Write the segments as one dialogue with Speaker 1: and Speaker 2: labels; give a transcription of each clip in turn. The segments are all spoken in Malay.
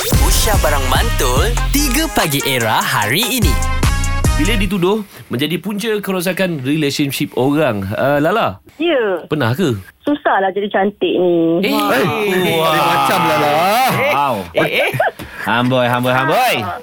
Speaker 1: Aisyah Barang Mantul 3 Pagi Era hari ini
Speaker 2: Bila dituduh menjadi punca kerosakan relationship orang. Uh, Lala,
Speaker 3: Ya,
Speaker 2: pernah ke?
Speaker 3: susahlah jadi cantik ni.
Speaker 2: Eh,
Speaker 4: Wah. Lain macam lah lah. Wow.
Speaker 2: eh, eh.
Speaker 4: Hamboi, hamboi,
Speaker 2: Ah,
Speaker 4: hamboi.
Speaker 3: Ah,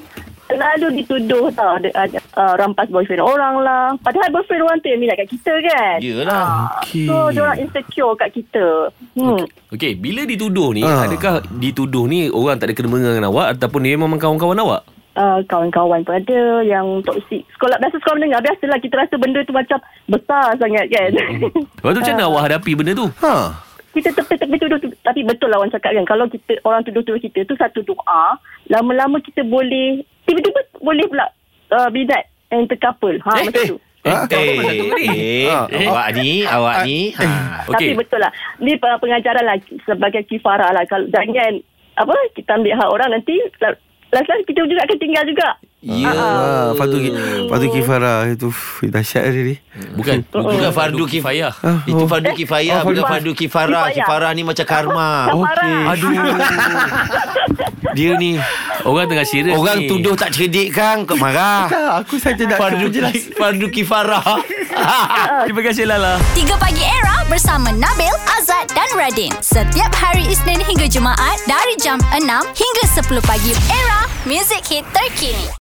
Speaker 3: Selalu dituduh tau de- ada, uh, Rampas boyfriend orang lah Padahal boyfriend orang tu yang minat kat kita kan
Speaker 4: Yelah.
Speaker 3: okay. So diorang insecure kat kita hmm.
Speaker 2: Okey, bila dituduh ni,
Speaker 4: Ah.
Speaker 2: adakah dituduh ni orang tak ada kena mengena dengan awak ataupun dia memang kawan-kawan awak?
Speaker 3: uh, Kawan-kawan pun ada Yang toksik Sekolah biasa sekolah mendengar Biasalah kita rasa benda tu macam Besar sangat kan
Speaker 2: Lepas tu macam
Speaker 4: Ah.
Speaker 2: mana awak hadapi benda tu?
Speaker 4: Ha.
Speaker 3: Kita tepi-tepi tuduh tu- Tapi betul lah orang cakap kan Kalau kita orang tuduh-tuduh kita tu Satu doa Lama-lama kita boleh Tiba-tiba boleh pula uh, Bidat And terkapul ha, Macam tu
Speaker 5: Ah,
Speaker 4: Ha?
Speaker 2: Eh,
Speaker 4: Eh,
Speaker 5: Ha.
Speaker 2: eh.
Speaker 4: awak ni, awak ni. Ha.
Speaker 2: Okey.
Speaker 3: Okay. Tapi betul lah. Ni pe- pengajaran lah sebagai kifarah lah. Kalau jangan apa kita ambil hak orang nanti last-last kita juga akan tinggal juga.
Speaker 4: Ya.
Speaker 5: Ah, Fardu, ki- Fardu Kifarah Itu f- dahsyat dia ni
Speaker 2: Bukan.
Speaker 4: Bukan Oh. fardu kifayah. Itu fardu kifayah, bukan fardu Oh, kifarah.
Speaker 3: Kifayah.
Speaker 4: Kifarah ni macam karma.
Speaker 3: Kafarah.
Speaker 2: Aduh.
Speaker 5: Dia ni
Speaker 2: Orang tengah serius
Speaker 4: Orang
Speaker 2: ni.
Speaker 4: tuduh tak cerdik kan, kau marah.
Speaker 5: Tak, Aku saja nak
Speaker 4: Fardu fardu kifarah.
Speaker 2: Terima kasih Lala.
Speaker 6: 3 Pagi Era bersama Nabil, Azad dan Radin. Setiap hari Isnin hingga Jumaat dari jam 6 hingga 10 pagi. Era, music hit terkini.